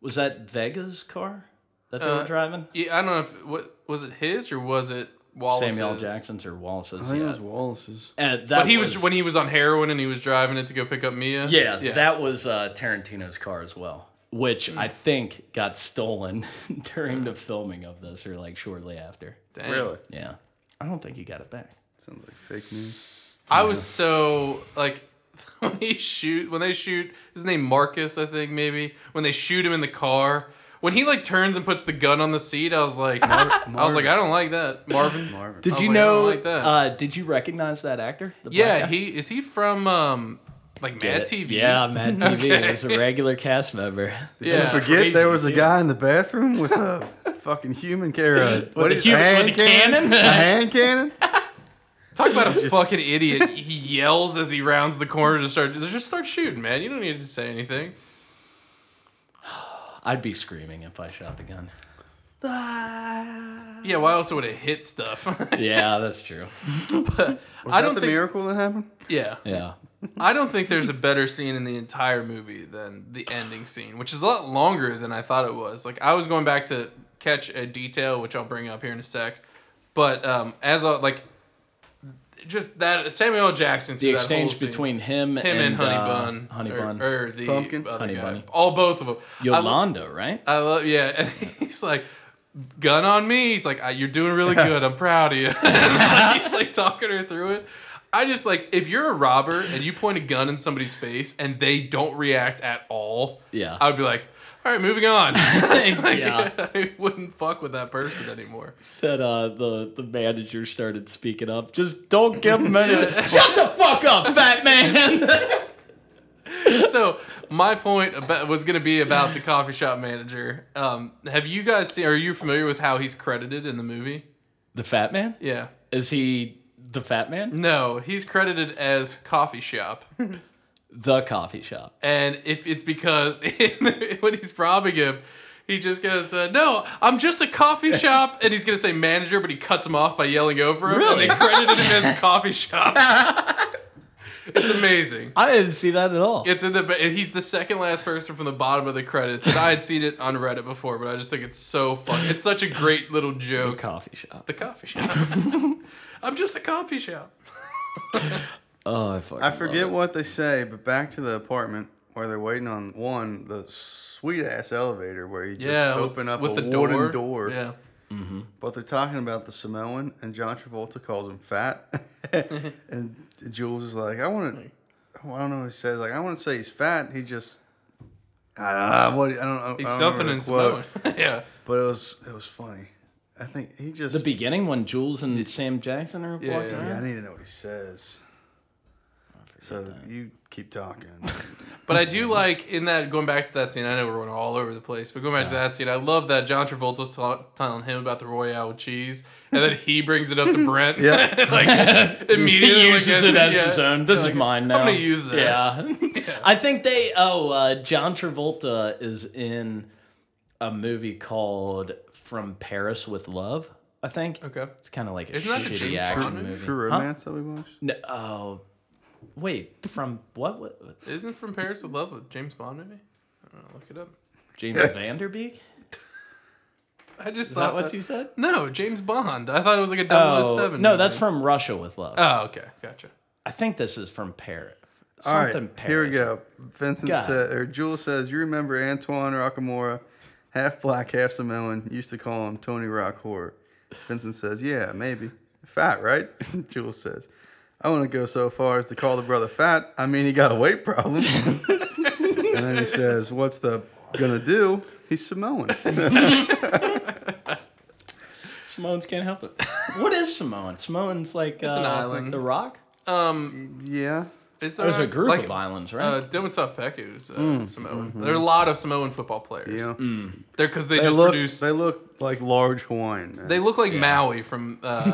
was that Vega's car that they Uh, were driving. Yeah, I don't know if what was it his or was it Wallace's? Samuel Jackson's or Wallace's. I think it yeah. was Wallace's. Uh, that But he was, when he was on heroin and he was driving it to go pick up Mia. yeah, that was uh, Tarantino's car as well, which Hmm. I think got stolen during the filming of this or like shortly after. Dang. Really? Yeah, I don't think he got it back. Sounds like fake news. I was so like when he shoot when they shoot his name Marcus I think maybe when they shoot him in the car when he like turns and puts the gun on the seat I was like I was like I don't like that Marvin Marvin. Did was you like, I don't know? like that. Uh, did you recognize that actor? The black yeah guy? he is he from um like Mad TV Yeah, Mad TV. Okay. He's a regular cast member. Oh, yeah Forget Crazy, there was a dude. guy in the bathroom with a fucking human carrot. What a is- human- with hand a cannon? A hand cannon? Talk about a fucking idiot. He yells as he rounds the corner to start. Just start shooting, man. You don't need to say anything. I'd be screaming if I shot the gun. Yeah, well, I also would have hit stuff. Yeah, that's true. Was I that don't the think. miracle that happened? Yeah, Yeah. I don't think there's a better scene in the entire movie than the ending scene, which is a lot longer than I thought it was. Like I was going back to catch a detail, which I'll bring up here in a sec. But um, as a, like, just that Samuel L. Jackson. The through that whole exchange scene. between him, him and, Honey uh, Bun, Honey or, Bun, or the Pumpkin? other Honey guy. Bunny. All both of them. I lo- Yolanda, right? I love, yeah. And he's like, gun on me. He's like, "Ah, you're doing really good. I'm proud of you. Like, he's like talking her through it. I just like, if you're a robber and you point a gun in somebody's face and they don't react at all, Yeah. I would be like, all right, moving on. Like, Yeah. I wouldn't fuck with that person anymore. that uh, the the manager started speaking up. Just don't give him any. Shut the fuck up, fat man. So my point about, was going to be about the coffee shop manager. Um, have you guys seen? Are you familiar with how he's credited in the movie? the fat man? Yeah. Is he the fat man? No, he's credited as coffee shop. The coffee shop. and if it's because when he's robbing him, he just goes, uh, "No, I'm just a coffee shop," and he's gonna say manager, but he cuts him off by yelling over him. Really? And they credited him as coffee shop. it's amazing. I didn't see that at all. It's in the. but He's the second last person from the bottom of the credits, and I had seen it on Reddit before, but I just think it's so fun. It's such a great little the joke. coffee shop. The coffee shop. I'm just a coffee shop. Oh, I fucking I love forget it. what they say, but back to the apartment where they're waiting on one the sweet ass elevator where you just Yeah, with- open up with the a wooden door. door. Yeah. But they're talking about the Samoan, and John Travolta calls him fat, and Jules is like, I want to. I don't know. What he says like, I want to say he's fat. He just. Ah, what I don't know. He's I don't something remember in the quote, Samoan. yeah. But it was it was funny. I think he just. the beginning when Jules and Sam Jackson are Yeah, walking. yeah. yeah, I around? need to know what he says. So you keep talking. But I do like in that going back to that scene. I know we're going all over the place, but going back to that scene, I love that John Travolta's t- telling him about the Royale with cheese, and then he brings it up to Brent. Yeah. like immediately He uses gets- it as yeah. his own. This is mine now. gonna use that. Yeah. I think they. Oh, uh, John Travolta is in a movie called From Paris with Love. I think. Okay. It's kind of like a Isn't that the shitty James action Bond movie? movie. True Huh? romance that we watched. No, oh, wait. From what? what Isn't from Paris with Love a James Bond movie? I don't know. Look it up. James Vanderbeek? Is I just that thought what you said? No, James Bond. I thought it was like a 007. Oh, no, movie. that's from Russia with Love. Oh, okay, gotcha. I think this is from Paris. All right, Something Paris. here we go. Vincent God. said, or Jewel says, you remember Antoine Rockamora, half black, half Samoan, used to call him Tony Rock Horror. Vincent says, yeah, maybe. Fat, right? Jewel says, I want to go so far as to call the brother fat. I mean, he got a weight problem. and then he says, what's the gonna do? He's Samoan. Samoans can't help it. What is Samoan? Samoan's like uh, an island. The Rock. Um, yeah. is there There's a group like, of islands, right? Uh, Dominic Peck is uh, Samoan. There are a lot of Samoan football players. Mm, mm-hmm. Yeah. They're because they, They, just look, produce. They, they look like large Hawaiian. Man. look like Maui from uh,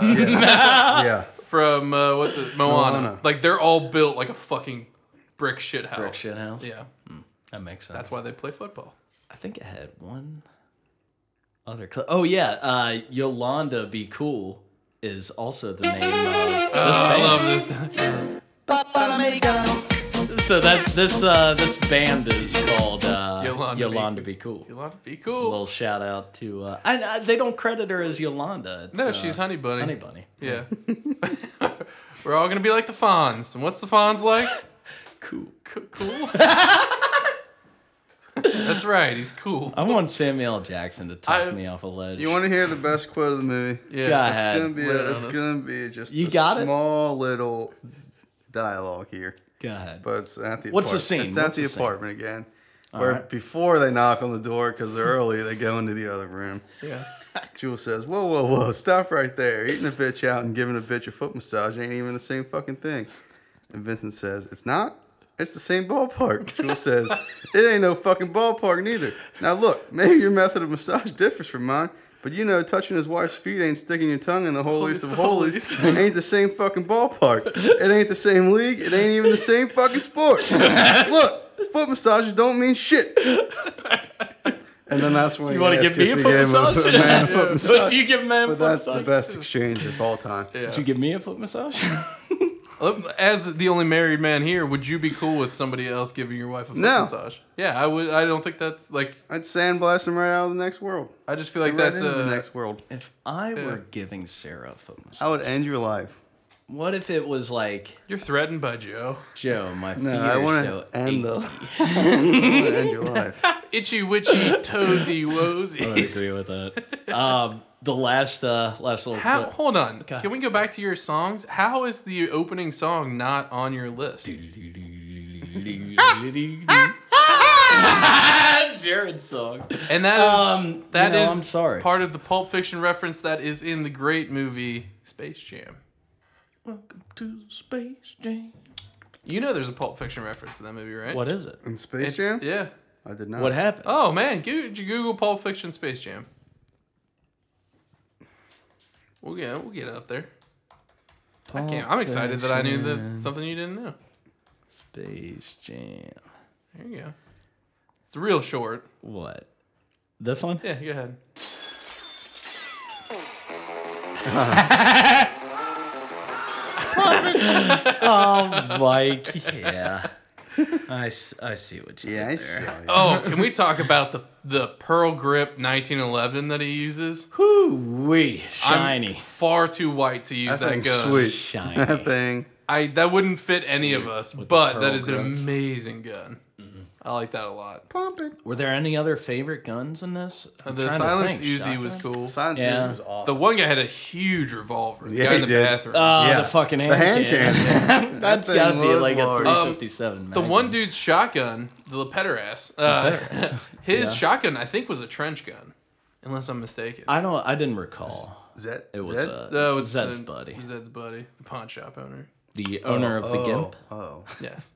yeah. from uh, what's it Moana. Moana. Like they're all built like a fucking brick shit house. Brick shit house. Oh, Yeah, that makes sense. that's why they play football. I think I had one other. Cl- oh yeah, uh, Yolanda Be Cool is also the name. Of this I band. love this. So that this uh, this band is called uh, Yolanda Yolanda, Be Be Cool. Yolanda, be cool. Little shout out to. Uh, I, I, they don't credit her as Yolanda. It's, No, uh, she's Honey Bunny. Honey Bunny. Yeah. We're all gonna be like the Fonz. And what's the Fonz like? Cool. C- cool. that's right. He's cool. I want Samuel L. Jackson to talk I- me off a ledge. You want to hear the best quote of the movie? Yeah. God. It's had gonna be lit a, on it's us. gonna be just You a got it? small little dialogue here, Go ahead. but it's at the What's the apart- scene? It's at What's the, the scene? apartment again, where right. before they knock on the door because they're early, they go into the other room. Yeah. Jewel says, "Whoa, whoa, whoa! Stop right there! Eating a bitch out and giving a bitch a foot massage ain't even the same fucking thing." And Vincent says, "It's not. It's the same ballpark." Jewel says, "It ain't no fucking ballpark neither. Now look, maybe your method of massage differs from mine." But you know, touching his wife's feet ain't sticking your tongue in the holiest of holies. ain't the same fucking ballpark. It ain't the same league. It ain't even the same fucking sport. Look, foot massages don't mean shit. And then that's when You wanna he give asked me if a he foot gave him a massage? man a foot massage. Did you give me But a foot that's the massage? best exchange of all time. Yeah. Um, Did you give me a foot massage? As the only married man here, would you be cool with somebody else giving your wife a foot No. massage? Yeah, I would. I don't think that's like. I'd sandblast him right out of the next world. I just feel like Right that's into a the next world. if I Yeah. were giving Sarah a foot massage, I would end your life. What if it was like You're threatened by Joe. Joe? My feet No, I are want so to end the. achy." I want to end your life. Itchy witchy toesy I would woesies. agree with that. um, the last uh, last little How, clip. hold on. Okay. Can we go back to your songs? How is the opening song not on your list? Jared's song. And that is Um, that you know, is I'm sorry. part of the Pulp Fiction reference that is in the great movie Space Jam. Welcome to Space Jam. You know there's a Pulp Fiction reference in that movie, right? What is it? In Space It's- Jam? Yeah. I did not. What happened? Oh man, Goo- did you Google Pulp Fiction Space Jam? We'll get we'll get it up there. I can't, I'm excited that I knew that something you didn't know. Space Jam. There you go. It's real short. What? This one? Yeah, go ahead. oh, Mike. Yeah. I, s- I see what you Yeah, I did saw there. you. Oh, can we talk about the the Pearl Grip 1911 that he uses? Whoo wee. I'm Shiny. far too white to use That that thing's gun. sweet. Shiny. That thing. I that wouldn't fit any of us, but that pearl is an grip. amazing gun. I like that a lot. Pump it. Were there any other favorite guns in this? I'm The trying to silenced think. Uzi was Shotgun? cool. Silence Yeah. was The awesome. one guy had a huge revolver. The Yeah, guy in he the did. bathroom. Oh, Yeah. the fucking hand, The hand cannon. That's That got to thing be was like large. a Um, 357. the mag. one dude's shotgun, the Lepetteras, uh, his shotgun, I think, was a trench gun, unless I'm mistaken. I don't. I didn't recall. Zed? It was Zed? uh, No, it's Zed's the- buddy, Zed's buddy, the pawn shop owner. the owner of the oh, Gimp. Oh. Yes.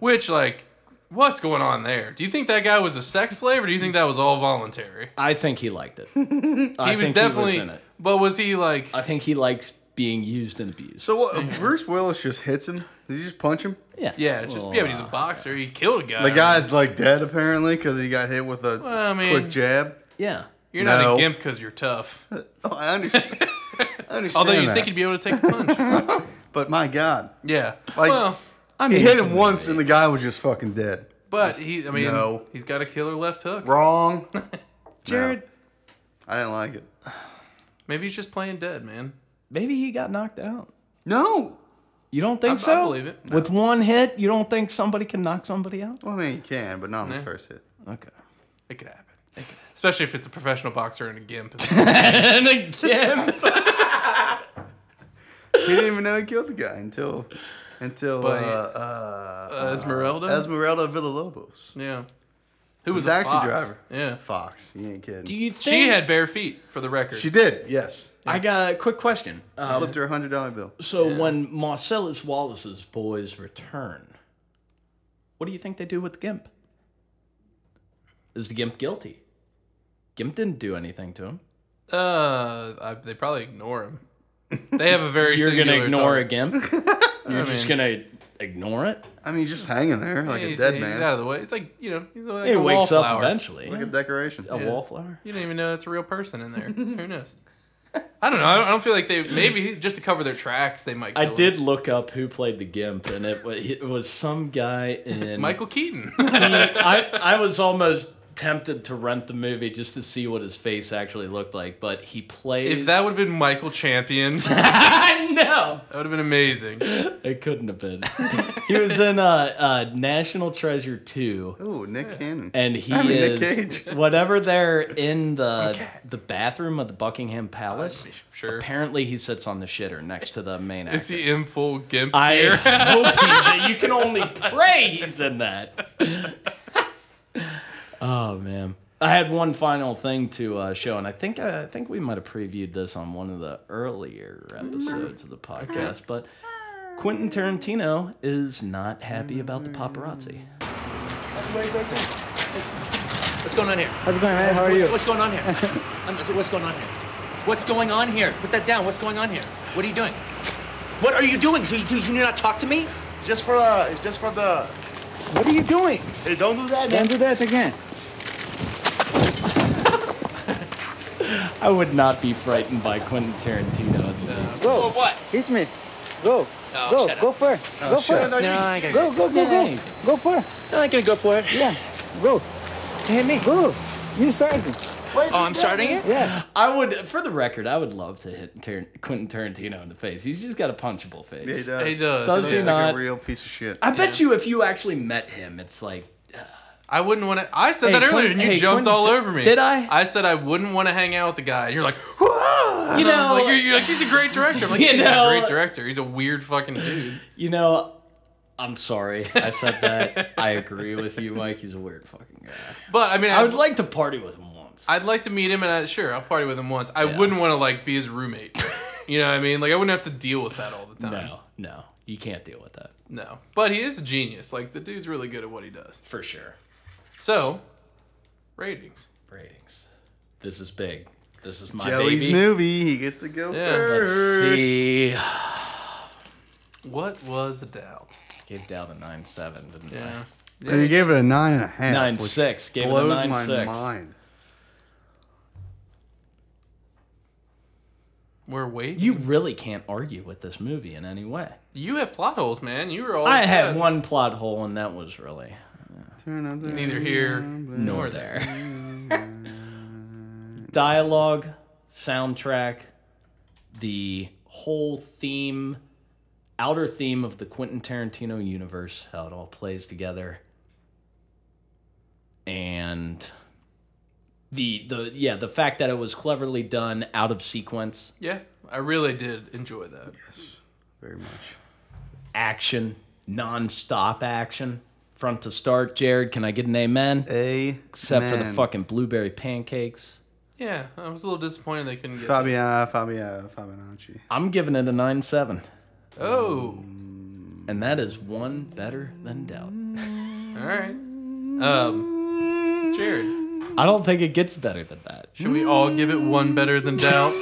Which, like, what's going on there? Do you think that guy was a sex slave, or do you think that was all voluntary? I think he liked it. I He was think definitely. He was in it. But was he like? I think he likes being used and abused. So what? Bruce Willis just hits him. Did he just punch him? yeah. yeah, it's just Well, yeah, but he's a uh, boxer. He killed a guy. The guy's like dead apparently because he got hit with a Well, I mean- quick jab. Yeah. You're not No. a gimp because you're tough. Oh, I understand. I understand. Although you'd that. think he'd be able to take a punch. but my God, yeah. Like- well, I he mean, hit it's him a once movie. and the guy was just fucking dead. but he. I mean, No. he's got a killer left hook. Wrong. Jared, I didn't like it. Maybe he's just playing dead, man. maybe he got knocked out. No. You don't think I so? believe it. With one hit, you don't think somebody can knock somebody out? Well, I mean, you can, but not on Yeah. the first hit. Okay. It could happen. Especially if it's a professional boxer and a gimp. and again. He didn't even know he killed the guy until until But- um, uh, uh, Esmeralda. Esmeralda Villalobos. yeah. Who was The a taxi fox. driver. Yeah. Fox, you ain't kidding. Do you think She had bare feet, for the record. she did, yes. I got a quick question. Um, Slipped her a hundred dollar bill. So when Marcellus Wallace's boys return, what do you think they do with the Gimp? Is the Gimp guilty? Gimp didn't do anything to him. Uh, I, they probably ignore him. They have a very. You're gonna singular ignore a target. Gimp? You're just gonna ignore it? I mean, he's just hanging there like a he's, dead he's man, out of the way. It's like you know, he's like It a wakes up wallflower. eventually. like a decoration. A wallflower. You don't even know that's a real person in there. Who knows? I don't know. I don't, I don't feel like they. Maybe just to cover their tracks, they might. Kill I him. did look up who played the Gimp, and it, wa- it was some guy in. Michael Keaton. I, I was almost tempted to rent the movie just to see what his face actually looked like, but he plays. if that would have been Michael Champion, that I know. would have been amazing. It couldn't have been. he was in uh, uh, National Treasure 2, Ooh, Nick Cannon. and he I mean, is Nick Cage. whatever they're in the the bathroom of the Buckingham Palace. Sure. Apparently, he sits on the shitter next to the main actor. Is he in full gimp I gear? hope he's in- You can only pray he's in that. oh man. I had one final thing to uh, show, and I think I think we might have previewed this on one of the earlier episodes of the podcast. But Quentin Tarantino is not happy about the paparazzi. What's going on here? How's it going, man? How are you? What's going on here? I'm, I said, what's going on here? What's going on here? Put that down. What's going on here? What are you doing? What are you doing? Can you, can you not talk to me? Just for uh, it's just for the. What are you doing? Hey, don't do that, Don't do that again. I would not be frightened by Quentin Tarantino in the least. Go. Or what? Hit me. Go. Oh, go. shut Go up. first. go shut first. No, I gotta Go, go. go, go, go. Go first. I'm not gonna go for it. Yeah. Go. Hit me. Go. You start. Wait, Oh, I'm starting it? Yeah. I would, for the record, I would love to hit Tar- Quentin Tarantino in the face. He's just got a punchable face. Yeah, he does. He does. Does he He's yeah. like not? a real piece of shit. I bet you if you actually met him, it's like I wouldn't want to. I said Hey, that earlier, Quentin- and you hey, jumped Quentin all Ta- over me. Did I? I said I wouldn't want to hang out with the guy, and you're like, "Whoa!" And I You was know- like, you're, you're like, he's a great director. I'm like, You he's know- a great director. He's a weird fucking dude. You know, I'm sorry I said that. I agree with you, Mike. He's a weird fucking guy. But I mean, I I'd, would like to party with him once. I'd like to meet him, and I, sure, I'll party with him once. I wouldn't want to like be his roommate. you know what I mean? Like I wouldn't have to deal with that all the time. no, no, you can't deal with that No, no. But he is a genius. Like the dude's really good at what he does. for sure. So, ratings. Ratings. This is big. This is my Joey's baby. movie. He gets to go Yeah. Let's first. see. What was doubt? Gave down a nine seven, didn't Yeah. And he gave it a nine and a half. Nine which six. Gave it a blows nine my six. mind. We're waiting. I? You really can't argue with this movie in any way. You have plot holes, man. You were all. I upset. had uh, one plot hole, and that was really Turn up the- Neither here nor there. Dialogue, soundtrack, the whole theme, outer theme of the Quentin Tarantino universe, how it all plays together, and the the yeah the fact that it was cleverly done out of sequence, Yeah, I really did enjoy that. Very much. action, non-stop action, front to start. Jared, can I get an amen? A. Except for the fucking blueberry pancakes. Yeah, I was a little disappointed they couldn't get. Fabiana, Fabiana, Fabianacci. I'm giving it a 9 7. Oh, And that is one better than doubt. all right. Um, Jared, I don't think it gets better than that. should we all give it one better than doubt?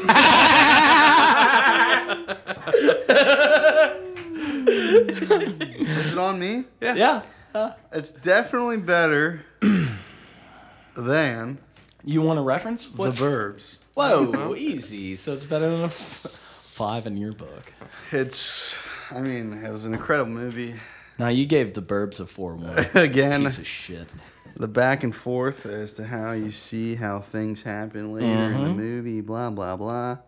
Is it on me? Yeah. It's definitely better than You want a reference? What? the verbs. Whoa, easy. So it's better than a f- five in your book. It's, I mean, it was an incredible movie. Now you gave the Burbs a 4 1. Again, Piece of shit. the back and forth as to how you see how things happen later in Mm-hmm. the movie, blah, blah, blah.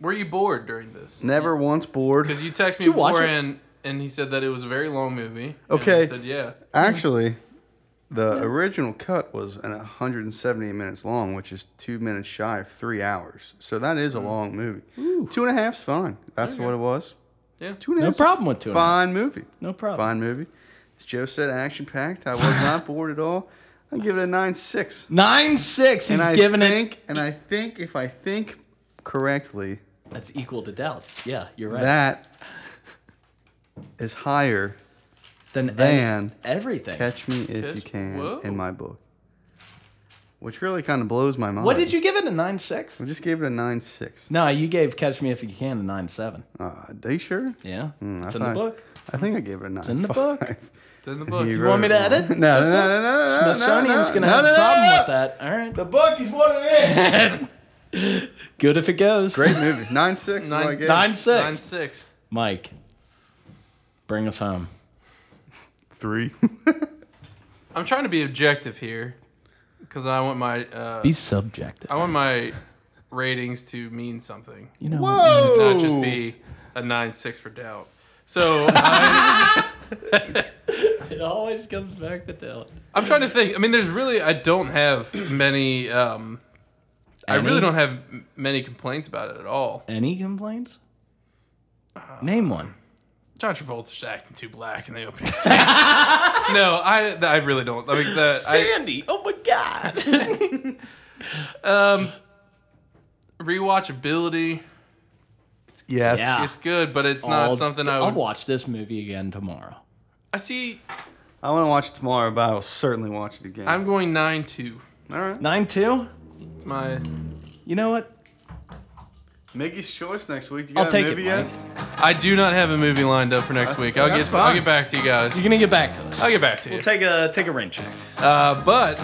Were you bored during this? Never once bored. Because you texted me you watch it? beforehand, and he said that it was a very long movie. and Okay. I said yeah. Actually, the original cut was an 178 minutes long, which is two minutes shy of three hours. So that Mm. is a long movie. Two and a half's fine. That's what it was. Yeah. Two and a No half's problem a with two and a Fine movie. No problem. Fine movie. As Joe said, action packed. I was not bored at all. I give it a nine six. 9 6. He's And I giving think, it. and I think if I think correctly, That's equal to doubt. Yeah, you're right. that is higher. then than- everything. Catch me if Catch- you can Whoa. in my book, which really kind of blows my mind. What did you give it? A 9 6? I just gave it a nine six. No, you gave Catch Me If You Can a 9 7. Uh, are you sure? Yeah. Hmm, I it's in the thought- book. I think I gave it a nine. It's in the book. It's in the book. You want me to edit? No, no, no, no, no. no, Smithsonian's no, gonna no, have no, a no, problem no. with that. All right. The book is what it is. Good if it goes. Great movie. Nine six. is what I Nine- gave. Nine six. Nine six. Mike, bring us home. three. I'm trying to be objective here, because I want my uh, Be subjective. I want my ratings to mean something. You know. not just Ooh. be a nine six for doubt. So I, It always comes back to Dylan. I'm trying to think. I mean, there's really I don't have many. Um, I really Any? don't have m- many complaints about it at all. Any complaints? Name one. John Travolta's just acting too black in the opening scene. no, I I really don't. I mean, the, I Sandy. oh my God. rewatchability. Yes. Yeah. It's good, but it's not something I I'll would. watch this movie again tomorrow. I see. I want to watch it tomorrow, but I will certainly watch it again. I'm going nine two. All right. Nine two. It's my. You know what? Mickey's choice next week. You I'll got take a it, movie Mike. yet? I do not have a movie lined up for next week. I'll That's get. I'll fine. get back to you guys. You're gonna get back to us. I'll get back to you. Take a take a rain check. Uh, but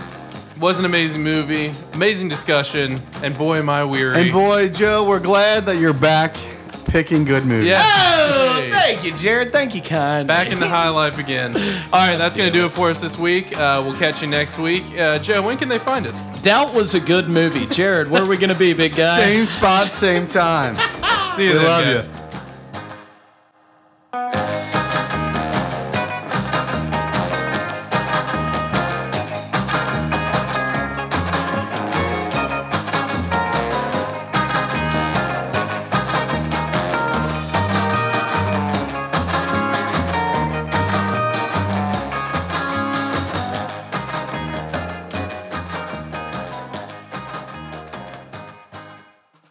was an amazing movie, amazing discussion, and boy am I weary. And boy, Joe, we're glad that you're back picking good movies. yeah. Oh, Hey. Thank you, Jared. Thank you, kind. Back in the high life again. All right, that's going to do it for us this week. Uh, we'll catch you next week. Uh, Joe, when can they find us? Doubt was a good movie. Jared, where are we gonna be, big guy? Same spot, same time. See you We then, love guys. you.